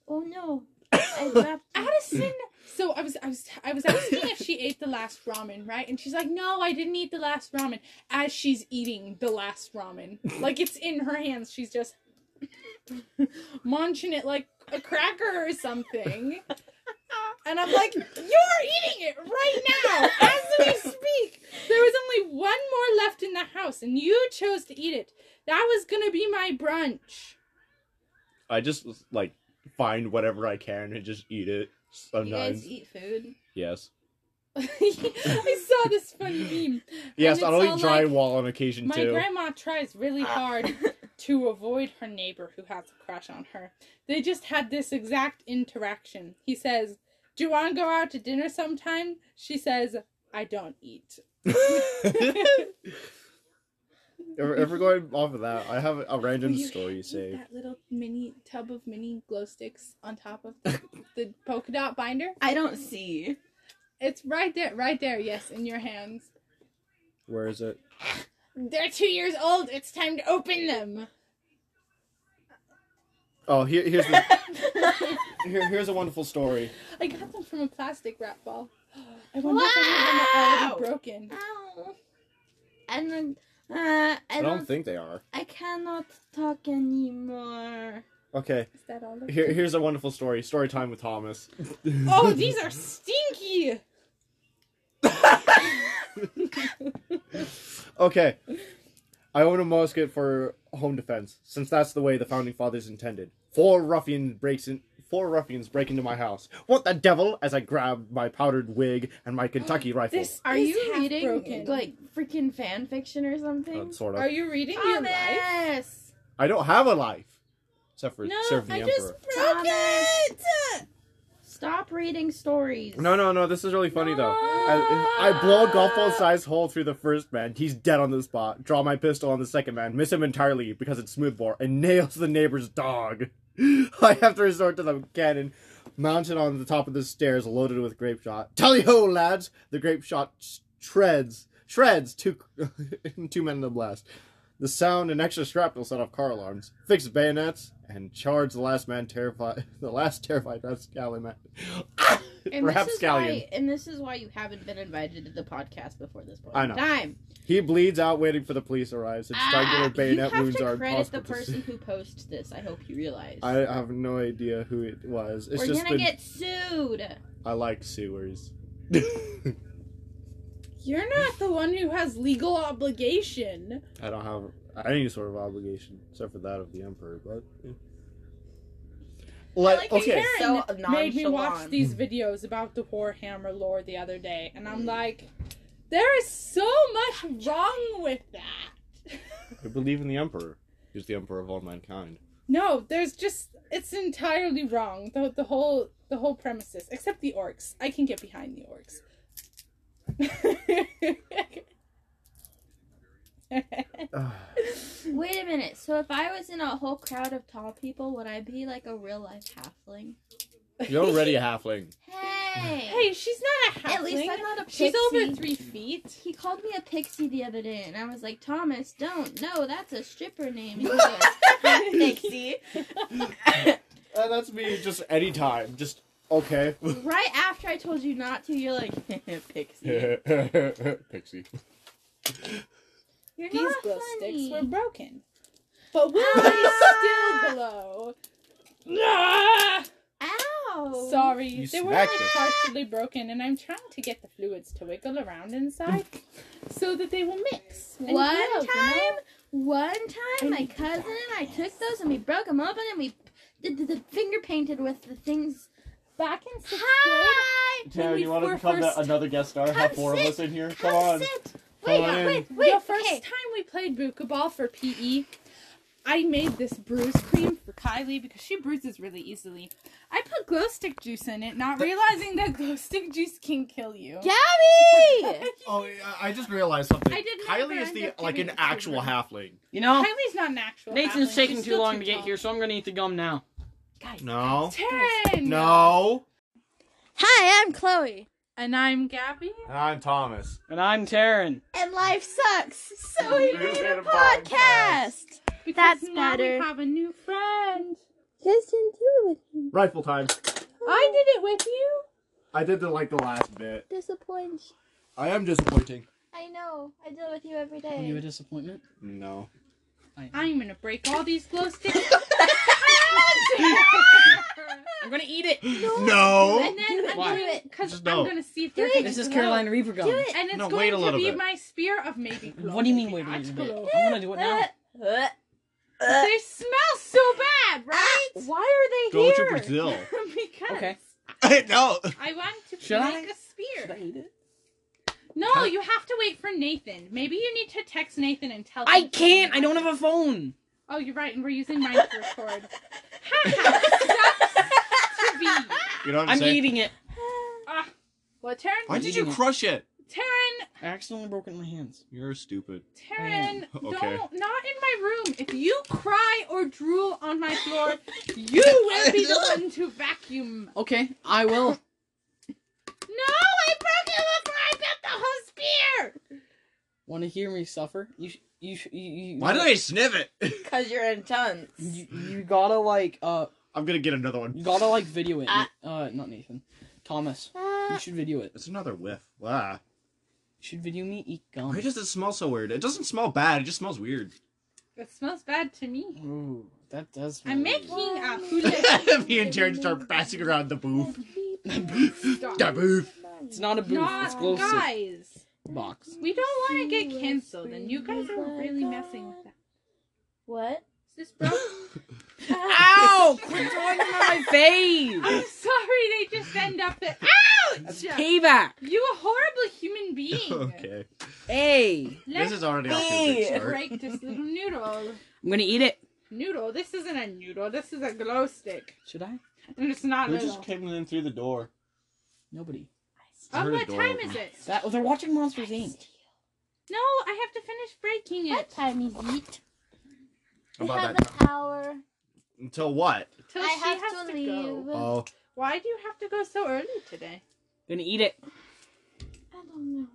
Speaker 4: Oh no. I dropped.
Speaker 2: Addison. So I was I was I was asking if she ate the last ramen, right? And she's like, "No, I didn't eat the last ramen." As she's eating the last ramen, like it's in her hands, she's just munching it like a cracker or something. And I'm like, "You're eating it right now as we speak." There was only one more left in the house, and you chose to eat it. That was gonna be my brunch.
Speaker 3: I just like find whatever I can and just eat it
Speaker 4: You guys
Speaker 3: sometimes.
Speaker 4: eat food?
Speaker 3: yes.
Speaker 2: I saw this funny meme.
Speaker 3: Yes,
Speaker 2: it's
Speaker 3: I'll
Speaker 2: all
Speaker 3: eat
Speaker 2: like,
Speaker 3: drywall on occasion
Speaker 2: My
Speaker 3: too.
Speaker 2: grandma tries really hard to avoid her neighbor who has a crush on her. They just had this exact interaction. He says, Do you want to go out to dinner sometime? She says, I don't eat.
Speaker 3: if, if we're going off of that, I have a random
Speaker 2: Will you
Speaker 3: story
Speaker 2: eat
Speaker 3: saved.
Speaker 2: That little mini tub of mini glow sticks on top of the, the polka dot binder.
Speaker 4: I don't see.
Speaker 2: It's right there, right there, yes, in your hands.
Speaker 3: Where is it?
Speaker 2: They're two years old. It's time to open them.
Speaker 3: Oh, here, here's the, here, here's a wonderful story.
Speaker 2: I got them from a plastic wrap ball. I wonder if any of them are already
Speaker 4: Wow!
Speaker 2: broken.
Speaker 4: Ow. And then uh, I
Speaker 3: I
Speaker 4: don't.
Speaker 3: don't think they are.
Speaker 4: I cannot talk anymore.
Speaker 3: Okay,
Speaker 2: Is that all? of them?
Speaker 3: here, here's a wonderful story. Story time with Thomas.
Speaker 2: Oh, these are stinky.
Speaker 3: Okay. I own a musket for home defense, since that's the way the founding fathers intended. Four ruffians breaks in four ruffians break into my house. What the devil? As I grab my powdered wig and my Kentucky rifle.
Speaker 2: This
Speaker 4: Are
Speaker 2: is
Speaker 4: you
Speaker 2: half
Speaker 4: reading
Speaker 2: broken.
Speaker 4: like freaking fan fiction or
Speaker 3: Uh,
Speaker 4: something?
Speaker 3: sort of.
Speaker 2: Are you reading your life?
Speaker 4: Thomas!
Speaker 3: I don't have a life. Except for
Speaker 2: No,
Speaker 3: serving the
Speaker 2: I
Speaker 3: emperor.
Speaker 2: just broke it.
Speaker 4: Stop reading stories.
Speaker 3: No, no, no. This is really funny though. I, I blow a golf ball
Speaker 2: Ah.
Speaker 3: sized hole through the first man. He's dead on the spot. Draw my pistol on the second man. Miss him entirely because it's smoothbore and nails the neighbor's dog. I have to resort to the cannon mounted on the top of the stairs, loaded with grape shot. Tally ho, lads! The grape shot sh- shreds, shreds two two men in the blast. The sound and extra shrapnel set off car alarms, fixed bayonets, and charged the last man terrified. The last terrified rapscallion.
Speaker 4: And this is
Speaker 3: Rapscallion.
Speaker 4: why, and this is why you haven't been invited to the podcast before this point.
Speaker 3: I
Speaker 4: in
Speaker 3: know.
Speaker 4: Time.
Speaker 3: He bleeds out waiting for the police arrives. His
Speaker 4: Ah,
Speaker 3: triangular bayonet
Speaker 4: you have
Speaker 3: wounds
Speaker 4: to
Speaker 3: are
Speaker 4: credit the
Speaker 3: impossible to
Speaker 4: person
Speaker 3: see.
Speaker 4: who posts this. I hope you realize.
Speaker 3: I have no idea who it was. It's
Speaker 4: We're
Speaker 3: just
Speaker 4: gonna
Speaker 3: been
Speaker 4: get sued.
Speaker 3: I like sewers.
Speaker 2: You're not the one who has legal obligation.
Speaker 3: I don't have any sort of obligation except for that of the emperor, but yeah. like,
Speaker 2: like
Speaker 3: Uh, okay,
Speaker 2: Karen
Speaker 4: So
Speaker 2: made me watch
Speaker 4: nonchalant.
Speaker 2: these videos about the Warhammer lore the other day, and I'm like, there is so much wrong with that.
Speaker 3: I believe in the emperor. He's the emperor of all mankind.
Speaker 2: No, there's just it's entirely wrong. The the whole the whole premises, except the orcs. I can get behind the orcs.
Speaker 4: Wait a minute. So if I was in a whole crowd of tall people, would I be like a real life halfling?
Speaker 3: You're already a halfling.
Speaker 4: Hey.
Speaker 2: hey, she's not a halfling.
Speaker 4: At least I'm not a pixie.
Speaker 2: she's over three feet.
Speaker 4: He called me a pixie the other day, and I was like, Thomas, don't. No, that's a stripper name. He goes, pixie.
Speaker 3: Uh, that's me just anytime. Just okay.
Speaker 4: right after I told you not to, you're like, pixie.
Speaker 3: Pixie.
Speaker 4: You're
Speaker 2: These
Speaker 4: not
Speaker 2: glow
Speaker 4: funny.
Speaker 2: sticks were broken, but will they
Speaker 4: Ah.
Speaker 2: still glow?
Speaker 4: Ow!
Speaker 2: Ah!
Speaker 1: Ow.
Speaker 2: Sorry,
Speaker 3: You
Speaker 2: they were only
Speaker 3: smacked it.
Speaker 2: partially broken, and I'm trying to get the fluids to wiggle around inside so that they will mix. and
Speaker 4: One
Speaker 2: flow, you know?
Speaker 4: time, one time,
Speaker 2: And
Speaker 4: my
Speaker 2: you
Speaker 4: cousin and I took those and we broke them open and we did the, the finger painted with the things.
Speaker 2: back in sixth
Speaker 4: Hi,
Speaker 2: When
Speaker 6: Taryn,
Speaker 2: we
Speaker 6: you want to
Speaker 2: were
Speaker 6: become the,
Speaker 2: first-
Speaker 6: another guest star?
Speaker 4: Come
Speaker 6: Have four
Speaker 4: sit.
Speaker 6: of us in here? Come
Speaker 4: come
Speaker 6: on.
Speaker 4: sit.
Speaker 6: Come
Speaker 4: Wait,
Speaker 6: on in.
Speaker 4: wait,
Speaker 2: grade,
Speaker 4: wait.
Speaker 2: the first
Speaker 4: okay.
Speaker 2: time we played Buka Ball for PE, I made this bruise cream for Kylie because she bruises really easily. I put glow stick juice in it, not realizing that glow stick juice can kill you.
Speaker 4: Gabby!
Speaker 3: Oh, I- I just realized something.
Speaker 2: I didn't
Speaker 3: Kylie
Speaker 2: ever
Speaker 3: is
Speaker 2: end
Speaker 3: the
Speaker 2: up
Speaker 3: like
Speaker 2: giving
Speaker 3: an
Speaker 2: it to
Speaker 3: actual
Speaker 2: her.
Speaker 3: halfling.
Speaker 6: You know,
Speaker 2: Kylie's not an actual. athlete.
Speaker 6: Nathan's
Speaker 2: She's
Speaker 6: taking too
Speaker 2: still
Speaker 6: long to get
Speaker 2: tall.
Speaker 6: here, so I'm going to eat the gum now.
Speaker 3: No.
Speaker 2: Taryn.
Speaker 3: No.
Speaker 4: Hi, I'm Chloe.
Speaker 2: And I'm Gabby.
Speaker 3: I'm Thomas.
Speaker 6: And I'm Taryn.
Speaker 4: And life sucks, so we
Speaker 3: We
Speaker 4: made
Speaker 3: made
Speaker 4: a
Speaker 3: a podcast.
Speaker 4: podcast.
Speaker 2: Because
Speaker 4: That's
Speaker 2: now
Speaker 4: better.
Speaker 2: we have a new friend.
Speaker 4: Justin, do it with me.
Speaker 3: Rifle time.
Speaker 2: I did it with you.
Speaker 3: I did the like the last bit.
Speaker 4: Disappoint.
Speaker 3: I am disappointing.
Speaker 4: I know. I deal with you every day.
Speaker 6: you a disappointment?
Speaker 3: No.
Speaker 2: I'm gonna break all these glow sticks. I'm gonna eat it.
Speaker 3: No.
Speaker 2: And then I'm
Speaker 6: Why?
Speaker 2: gonna, cause
Speaker 3: Just no.
Speaker 2: I'm gonna see if
Speaker 4: Do
Speaker 2: they're
Speaker 4: it.
Speaker 2: gonna
Speaker 4: This
Speaker 2: glow.
Speaker 6: Reaper
Speaker 4: Do it.
Speaker 2: And it's
Speaker 3: No, wait
Speaker 2: going
Speaker 3: a
Speaker 2: to
Speaker 3: little
Speaker 2: be
Speaker 3: bit.
Speaker 2: my spear of maybe glow.
Speaker 6: What do you mean, wait
Speaker 2: Maybe
Speaker 6: a
Speaker 2: not
Speaker 6: minute? I'm
Speaker 2: glow.
Speaker 6: going to do it now.
Speaker 4: Uh, uh,
Speaker 2: They smell so bad,
Speaker 6: Ah,
Speaker 2: right?
Speaker 4: Why are they
Speaker 3: Go
Speaker 4: here?
Speaker 3: to Brazil.
Speaker 2: because
Speaker 6: Okay.
Speaker 3: no.
Speaker 2: I want to
Speaker 6: Should
Speaker 2: make
Speaker 6: I?
Speaker 2: a spear.
Speaker 6: eat it?
Speaker 2: No, you have to wait for Nathan. Maybe you need to text Nathan and tell
Speaker 6: I
Speaker 2: him-
Speaker 6: can't. I don't have a phone.
Speaker 2: Oh, you're right, and we're using mine to record. Ha ha! sucks to be.
Speaker 3: You know what I'm,
Speaker 6: I'm
Speaker 3: saying?
Speaker 6: eating it.
Speaker 2: Ah, well, Taryn,
Speaker 3: Why
Speaker 6: I'm
Speaker 3: did you
Speaker 6: eating it.
Speaker 3: crush it?
Speaker 2: Taryn,
Speaker 6: I accidentally broke it in my hands.
Speaker 3: You're stupid.
Speaker 2: Taryn,
Speaker 3: Okay.
Speaker 2: don't, not in my room. If you cry or drool on my floor, you will be the one to vacuum.
Speaker 6: Okay, I will.
Speaker 2: No, I broke it before I built the whole spear.
Speaker 6: Want to hear me suffer? You, sh- you, sh- you, you.
Speaker 3: Why did I sniff it?
Speaker 4: Because you're intense.
Speaker 6: You, you gotta like, uh,
Speaker 3: I'm gonna get another one.
Speaker 6: you gotta like video it. Uh, not Nathan, Thomas.
Speaker 2: uh.
Speaker 6: You should video it. You
Speaker 3: It's another whiff. Wow.
Speaker 6: should video me eat gum.
Speaker 3: Why does it smell so weird? It doesn't smell bad. It just smells weird.
Speaker 2: It smells bad to me.
Speaker 6: Ooh, that does.
Speaker 2: I'm
Speaker 6: really-
Speaker 2: making a hula
Speaker 3: Me and Jared start passing around the booth.
Speaker 2: stop.
Speaker 3: The booth.
Speaker 6: It's not a booth. it's
Speaker 2: Not
Speaker 6: glow stick
Speaker 2: guys.
Speaker 6: box.
Speaker 2: We don't want to get canceled, and you guys are really messing with that.
Speaker 4: What?
Speaker 2: Is this broke?
Speaker 6: Ow! Quit throwing them on my
Speaker 2: I'm
Speaker 6: face.
Speaker 2: sorry, they just end up at.
Speaker 6: That's
Speaker 2: Ouch!
Speaker 6: payback.
Speaker 2: You a horrible human being.
Speaker 3: Okay.
Speaker 6: Hey,
Speaker 2: Let's
Speaker 3: This is already off to a good start.
Speaker 2: break this little noodle.
Speaker 6: I'm gonna eat it.
Speaker 2: Noodle. This isn't a noodle. This is a glow stick,
Speaker 6: Should I?
Speaker 2: and it's not a noodle.
Speaker 6: came in through the door. Nobody.
Speaker 2: Oh,
Speaker 3: Heard a
Speaker 2: what
Speaker 3: door
Speaker 2: time
Speaker 3: open.
Speaker 2: is it?
Speaker 6: That they're watching Monsters Inc.
Speaker 2: No, I have to finish breaking
Speaker 4: What
Speaker 2: it.
Speaker 4: time is it? We
Speaker 3: About
Speaker 4: have
Speaker 3: that
Speaker 4: an hour.
Speaker 3: Until what?
Speaker 2: Till
Speaker 4: I
Speaker 2: she
Speaker 4: have
Speaker 2: has
Speaker 4: to
Speaker 2: to,
Speaker 4: leave.
Speaker 2: go.
Speaker 3: Oh,
Speaker 2: Why do you have to go so early today?
Speaker 6: Gonna eat it.
Speaker 4: I don't know.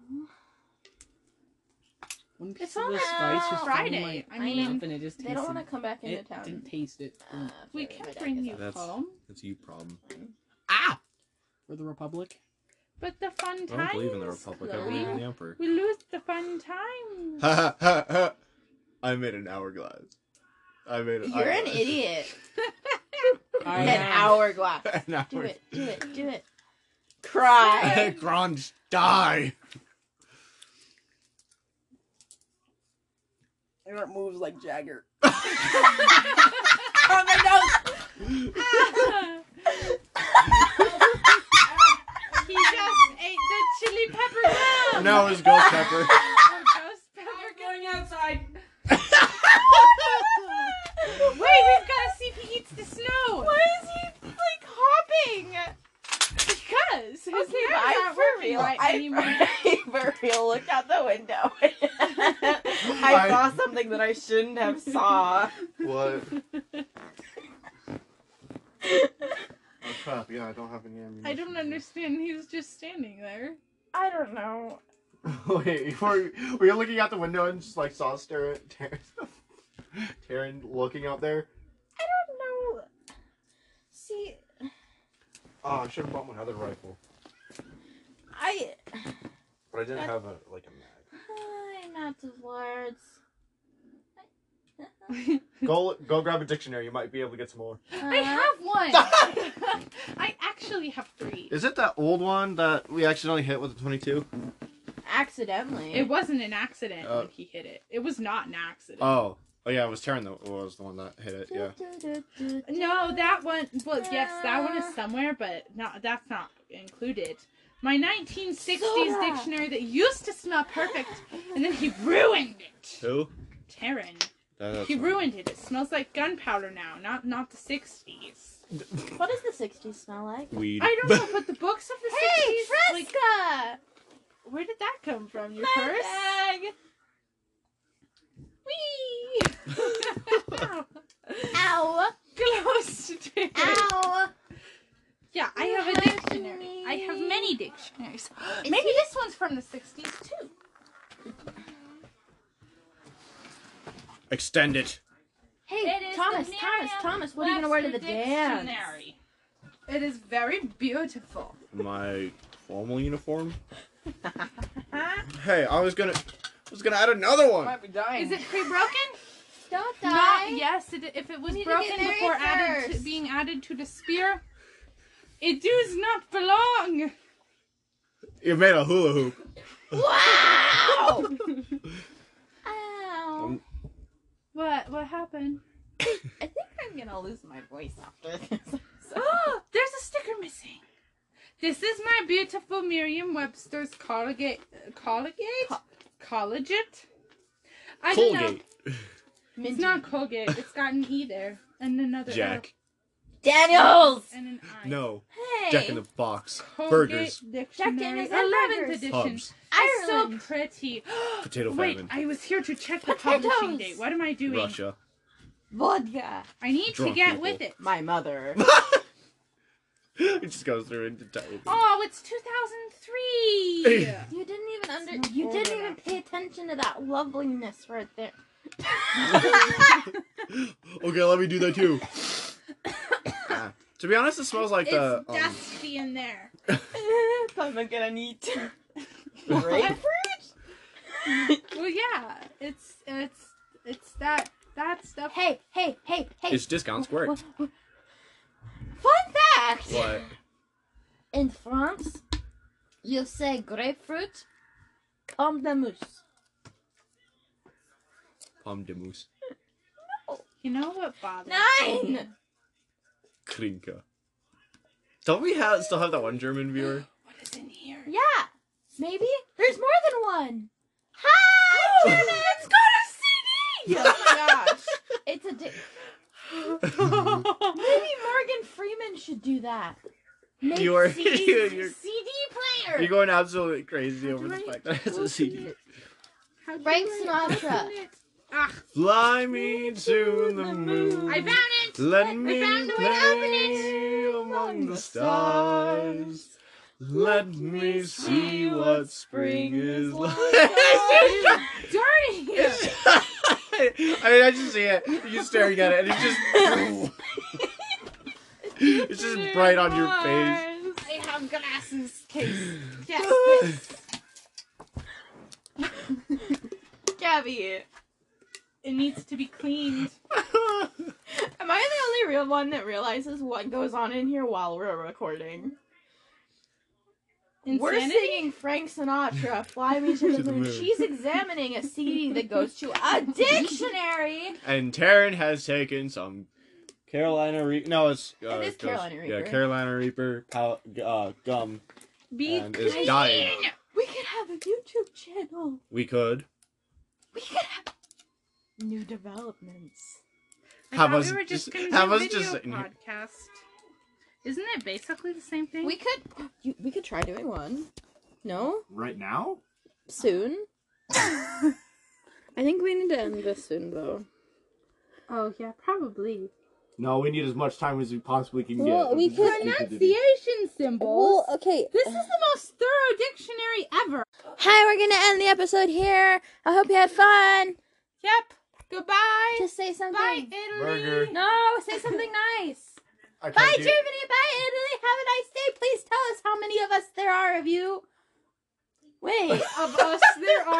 Speaker 6: One
Speaker 2: It's
Speaker 6: piece of
Speaker 2: on
Speaker 6: this spice was
Speaker 2: Friday.
Speaker 6: Friday.
Speaker 2: I
Speaker 3: Oh
Speaker 6: My mouth
Speaker 2: mean,
Speaker 6: and it just
Speaker 4: They don't
Speaker 6: tasted-
Speaker 4: want to come back into
Speaker 6: It
Speaker 4: town.
Speaker 6: didn't taste it.
Speaker 4: Uh,
Speaker 2: We
Speaker 4: for
Speaker 2: can
Speaker 4: my dad
Speaker 2: bring
Speaker 4: is
Speaker 2: you
Speaker 4: out.
Speaker 3: That's-
Speaker 2: home,
Speaker 3: that's you problem. Ah!
Speaker 6: For the Republic.
Speaker 2: but the fun
Speaker 3: I
Speaker 2: times.
Speaker 3: don't believe in the Republic. I believe in
Speaker 2: Chloe.
Speaker 3: the Emperor.
Speaker 2: We lose the fun times.
Speaker 3: Ha ha ha ha! I made an hourglass. I made an.
Speaker 4: You're an
Speaker 3: hourglass.
Speaker 4: idiot.
Speaker 6: I
Speaker 4: An
Speaker 6: am-
Speaker 4: hourglass.
Speaker 3: an hour.
Speaker 4: Do it. Do it. Do it. Cry.
Speaker 3: Grunge, die.
Speaker 6: And it moves like Jagger.
Speaker 2: he just ate the chili pepper gum.
Speaker 3: Now it's ghost pepper.
Speaker 2: Or ghost pepper gum.
Speaker 5: going outside.
Speaker 2: Wait, we've got to see if he eats the snow. Why is he like hopping? Because his
Speaker 4: Okay,
Speaker 2: hair's
Speaker 4: I
Speaker 2: not
Speaker 4: for
Speaker 2: working
Speaker 4: real.
Speaker 2: right
Speaker 4: I
Speaker 2: anymore.
Speaker 4: for, I for real looked out the window. I
Speaker 3: I-
Speaker 4: saw something that I shouldn't have saw.
Speaker 3: What? Oh crap! Yeah, I don't have any ammunition.
Speaker 2: I don't understand. He was just standing there.
Speaker 4: I don't know.
Speaker 3: Wait, you were, were you looking out the window and just like saw stare at Taryn? Taryn looking out there.
Speaker 4: I don't know. See,
Speaker 3: Oh, I should have bought my other rifle,
Speaker 4: I. eh,
Speaker 3: but I didn't have a like a mag.
Speaker 4: I'm out of words. Uh-huh. Uh,
Speaker 3: Go go grab a dictionary. You might be able to get some more.
Speaker 2: I have one. I actually have three.
Speaker 3: Is it that old one that we accidentally hit with the 22?
Speaker 4: Accidentally.
Speaker 2: It wasn't an accident
Speaker 3: Oh.
Speaker 2: when he hit it. It was not an accident.
Speaker 3: Oh. Oh, yeah, it was Taryn that was the one that hit it, yeah.
Speaker 2: No, that one. Well, yes, that one is somewhere, but not. That's not included. My 1960s
Speaker 1: Soda.
Speaker 2: dictionary that used to smell perfect, and then he ruined it.
Speaker 3: Who?
Speaker 2: Taryn,
Speaker 3: That- that's
Speaker 2: he
Speaker 3: not-
Speaker 2: ruined it. It smells like gunpowder now, not not the 60s.
Speaker 1: What does the 60s smell like?
Speaker 3: Weed.
Speaker 2: I don't know, but the books of the 60s, like,
Speaker 1: Fresca!
Speaker 2: where did that come from? Your
Speaker 1: My
Speaker 2: purse?
Speaker 1: bag!
Speaker 2: Wee!
Speaker 1: Ow!
Speaker 2: Close to
Speaker 1: Ow!
Speaker 2: Yeah, I
Speaker 1: You
Speaker 2: have a
Speaker 1: have
Speaker 2: dictionary. I have
Speaker 1: me.
Speaker 2: many dictionaries. Maybe this one's from the 60s too.
Speaker 3: Extend it.
Speaker 1: Hey,
Speaker 2: It is
Speaker 1: Thomas,
Speaker 2: the
Speaker 1: Thomas,
Speaker 2: Merriam
Speaker 1: Thomas, what are you gonna wear to the
Speaker 2: Webster
Speaker 1: dance?
Speaker 2: dictionary. It is very beautiful.
Speaker 3: My formal uniform? hey, I was gonna. I was gonna add another one.
Speaker 6: might be dying.
Speaker 2: Is it pre-broken?
Speaker 1: Don't die!
Speaker 2: Not yes. It, if it was
Speaker 1: We need to get
Speaker 2: broken
Speaker 1: married
Speaker 2: before added to,
Speaker 1: first.
Speaker 2: being added to the spear, it does not belong.
Speaker 3: You made a hula hoop.
Speaker 1: Wow! Ow!
Speaker 3: Um,
Speaker 2: What? What happened?
Speaker 4: I think I'm gonna lose my voice after this. So,
Speaker 2: Oh, there's a sticker missing. This is my beautiful Merriam-Webster's colligate. Colligate.
Speaker 4: Co-
Speaker 2: Colligate. I don't know.
Speaker 3: Colgate.
Speaker 2: It's not Colgate. It's got an E there and another
Speaker 3: Jack.
Speaker 4: Daniels.
Speaker 2: L and an I.
Speaker 3: No.
Speaker 1: Hey!
Speaker 3: Jack in the box.
Speaker 2: Colgate
Speaker 3: Burgers.
Speaker 2: Dictionary.
Speaker 1: Daniels and
Speaker 2: Eleventh
Speaker 1: burgers.
Speaker 2: edition.
Speaker 3: Hubs.
Speaker 2: It's so
Speaker 1: Ireland.
Speaker 2: pretty.
Speaker 3: Potato
Speaker 2: Wait,
Speaker 3: famine.
Speaker 2: I was here to check the
Speaker 1: Potatoes.
Speaker 2: publishing date. What am I doing?
Speaker 3: Russia.
Speaker 4: Vodka.
Speaker 2: I need to
Speaker 3: Drunk
Speaker 2: get
Speaker 3: people.
Speaker 2: with it.
Speaker 4: My mother.
Speaker 3: it just goes through into time.
Speaker 2: Oh, it's 2003.
Speaker 1: You didn't even
Speaker 4: not
Speaker 1: under. You
Speaker 4: cold
Speaker 1: didn't even
Speaker 4: enough.
Speaker 1: pay attention to that loveliness right there.
Speaker 3: okay, let me do that too. Ah. to be honest, it smells like
Speaker 2: it's
Speaker 3: the. um,
Speaker 2: dusty in there.
Speaker 4: I'm gonna need to.
Speaker 2: Well, yeah, it's it's it's that that stuff.
Speaker 1: Hey, hey, hey, hey!
Speaker 3: it's discount square.
Speaker 1: Wha- wha- Fun fact!
Speaker 3: What?
Speaker 1: In France, you say grapefruit, pomme de mousse.
Speaker 3: Pomme de mousse.
Speaker 2: You know what bothers?
Speaker 1: Nine!
Speaker 3: Krinka. Don't we have, still have that one German viewer?
Speaker 2: What is in here?
Speaker 1: Yeah, maybe there's more than one. Hi, German! It's got a CD.
Speaker 4: Oh my gosh.
Speaker 1: It's a. Di-
Speaker 2: Maybe
Speaker 1: maybe Morgan Freeman should do that. Make
Speaker 3: You are-
Speaker 1: CD,
Speaker 3: you- you're-
Speaker 1: CD player.
Speaker 3: You're going absolutely crazy over the
Speaker 2: do I
Speaker 3: fact that it's a CD.
Speaker 2: How do
Speaker 1: Frank
Speaker 2: I
Speaker 1: Sinatra.
Speaker 2: open it? Ah,
Speaker 3: Fly me to the moon.
Speaker 2: I found it.
Speaker 3: Let me
Speaker 2: found a way to open
Speaker 3: play among the stars. Let me see what spring is like. It's just-
Speaker 2: Dirty.
Speaker 3: I mean, I just see it. You're just staring at it, and it's just. it's just bright on your face.
Speaker 2: I have glasses case. Yes.
Speaker 4: Gabby,
Speaker 2: It needs to be cleaned.
Speaker 4: am I the only real one that realizes what goes on in here while we're recording? We're
Speaker 2: Insanity?
Speaker 4: singing Frank Sinatra, "Fly Me to the Moon." She's examining a CD that goes to a dictionary.
Speaker 3: and Taryn has taken some Carolina Reaper. No, it's uh,
Speaker 4: It is
Speaker 3: goes-
Speaker 4: Carolina
Speaker 3: Yeah,
Speaker 4: Reaper.
Speaker 3: Carolina Reaper pow- uh, gum,
Speaker 2: Be
Speaker 3: and is dying.
Speaker 4: We could have a YouTube channel.
Speaker 3: We could
Speaker 4: We could have new developments.
Speaker 2: I
Speaker 3: Have
Speaker 2: thought
Speaker 3: us
Speaker 2: we were just
Speaker 3: just-
Speaker 2: gonna
Speaker 3: have
Speaker 2: do
Speaker 3: us
Speaker 2: video
Speaker 3: just sitting here.
Speaker 2: podcast. Isn't it basically the same thing?
Speaker 4: We could. You, we could try doing one. No,
Speaker 3: right now.
Speaker 4: soon. I think we need to end this soon, though.
Speaker 2: oh yeah, probably.
Speaker 3: No, we need as much time as we possibly can
Speaker 4: Well, we
Speaker 3: This is stupidity.
Speaker 2: Pronunciation symbols.
Speaker 4: okay.
Speaker 2: this is the most thorough dictionary ever.
Speaker 1: Hi, we're gonna end the episode here. I hope you had fun.
Speaker 2: Yep. Goodbye.
Speaker 1: Just say something.
Speaker 2: Bye, Italy.
Speaker 3: Burger.
Speaker 1: No, say something nice.
Speaker 3: I
Speaker 1: Bye,
Speaker 3: can't do-
Speaker 1: Germany. Bye, Italy. Have a nice day. Please tell us how many of us there are of you. Wait.
Speaker 2: Of us, there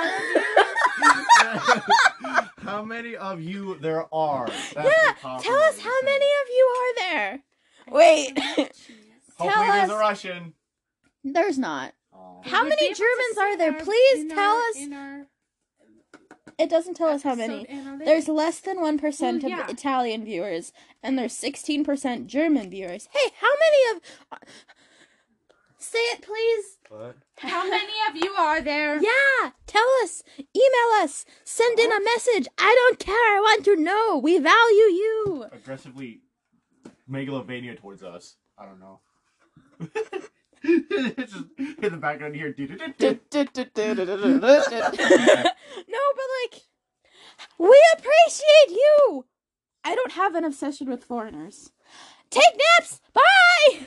Speaker 2: are.
Speaker 3: how many of you there are? That's the
Speaker 1: yeah.
Speaker 3: top
Speaker 1: Tell
Speaker 3: one.
Speaker 1: us how many of you are there. Wait.
Speaker 7: tell us.
Speaker 3: Hopefully there's a Russian.
Speaker 4: There's not.
Speaker 3: Oh.
Speaker 4: How
Speaker 2: Would
Speaker 4: many
Speaker 2: be able to
Speaker 4: Germans
Speaker 2: see
Speaker 4: are there?
Speaker 2: our-
Speaker 4: Please
Speaker 2: in
Speaker 4: tell
Speaker 2: our-
Speaker 4: us-
Speaker 2: in our
Speaker 4: It doesn't tell us how
Speaker 2: episode
Speaker 4: many.
Speaker 2: analytics.
Speaker 4: There's less than 1% of
Speaker 2: Well, yeah.
Speaker 4: Italian viewers, and there's 16% German viewers. Hey, how many of. Say it, please.
Speaker 3: What?
Speaker 2: how many of you are there?
Speaker 4: Yeah, tell us. Email us. Send in a message. I don't care. I want to know. We value you.
Speaker 3: Aggressively megalovania towards us. I don't know. It's just in the background you hear doo-doo-doo-doo.
Speaker 4: No, but like, we appreciate you. I don't have an obsession with foreigners. Take naps. Bye.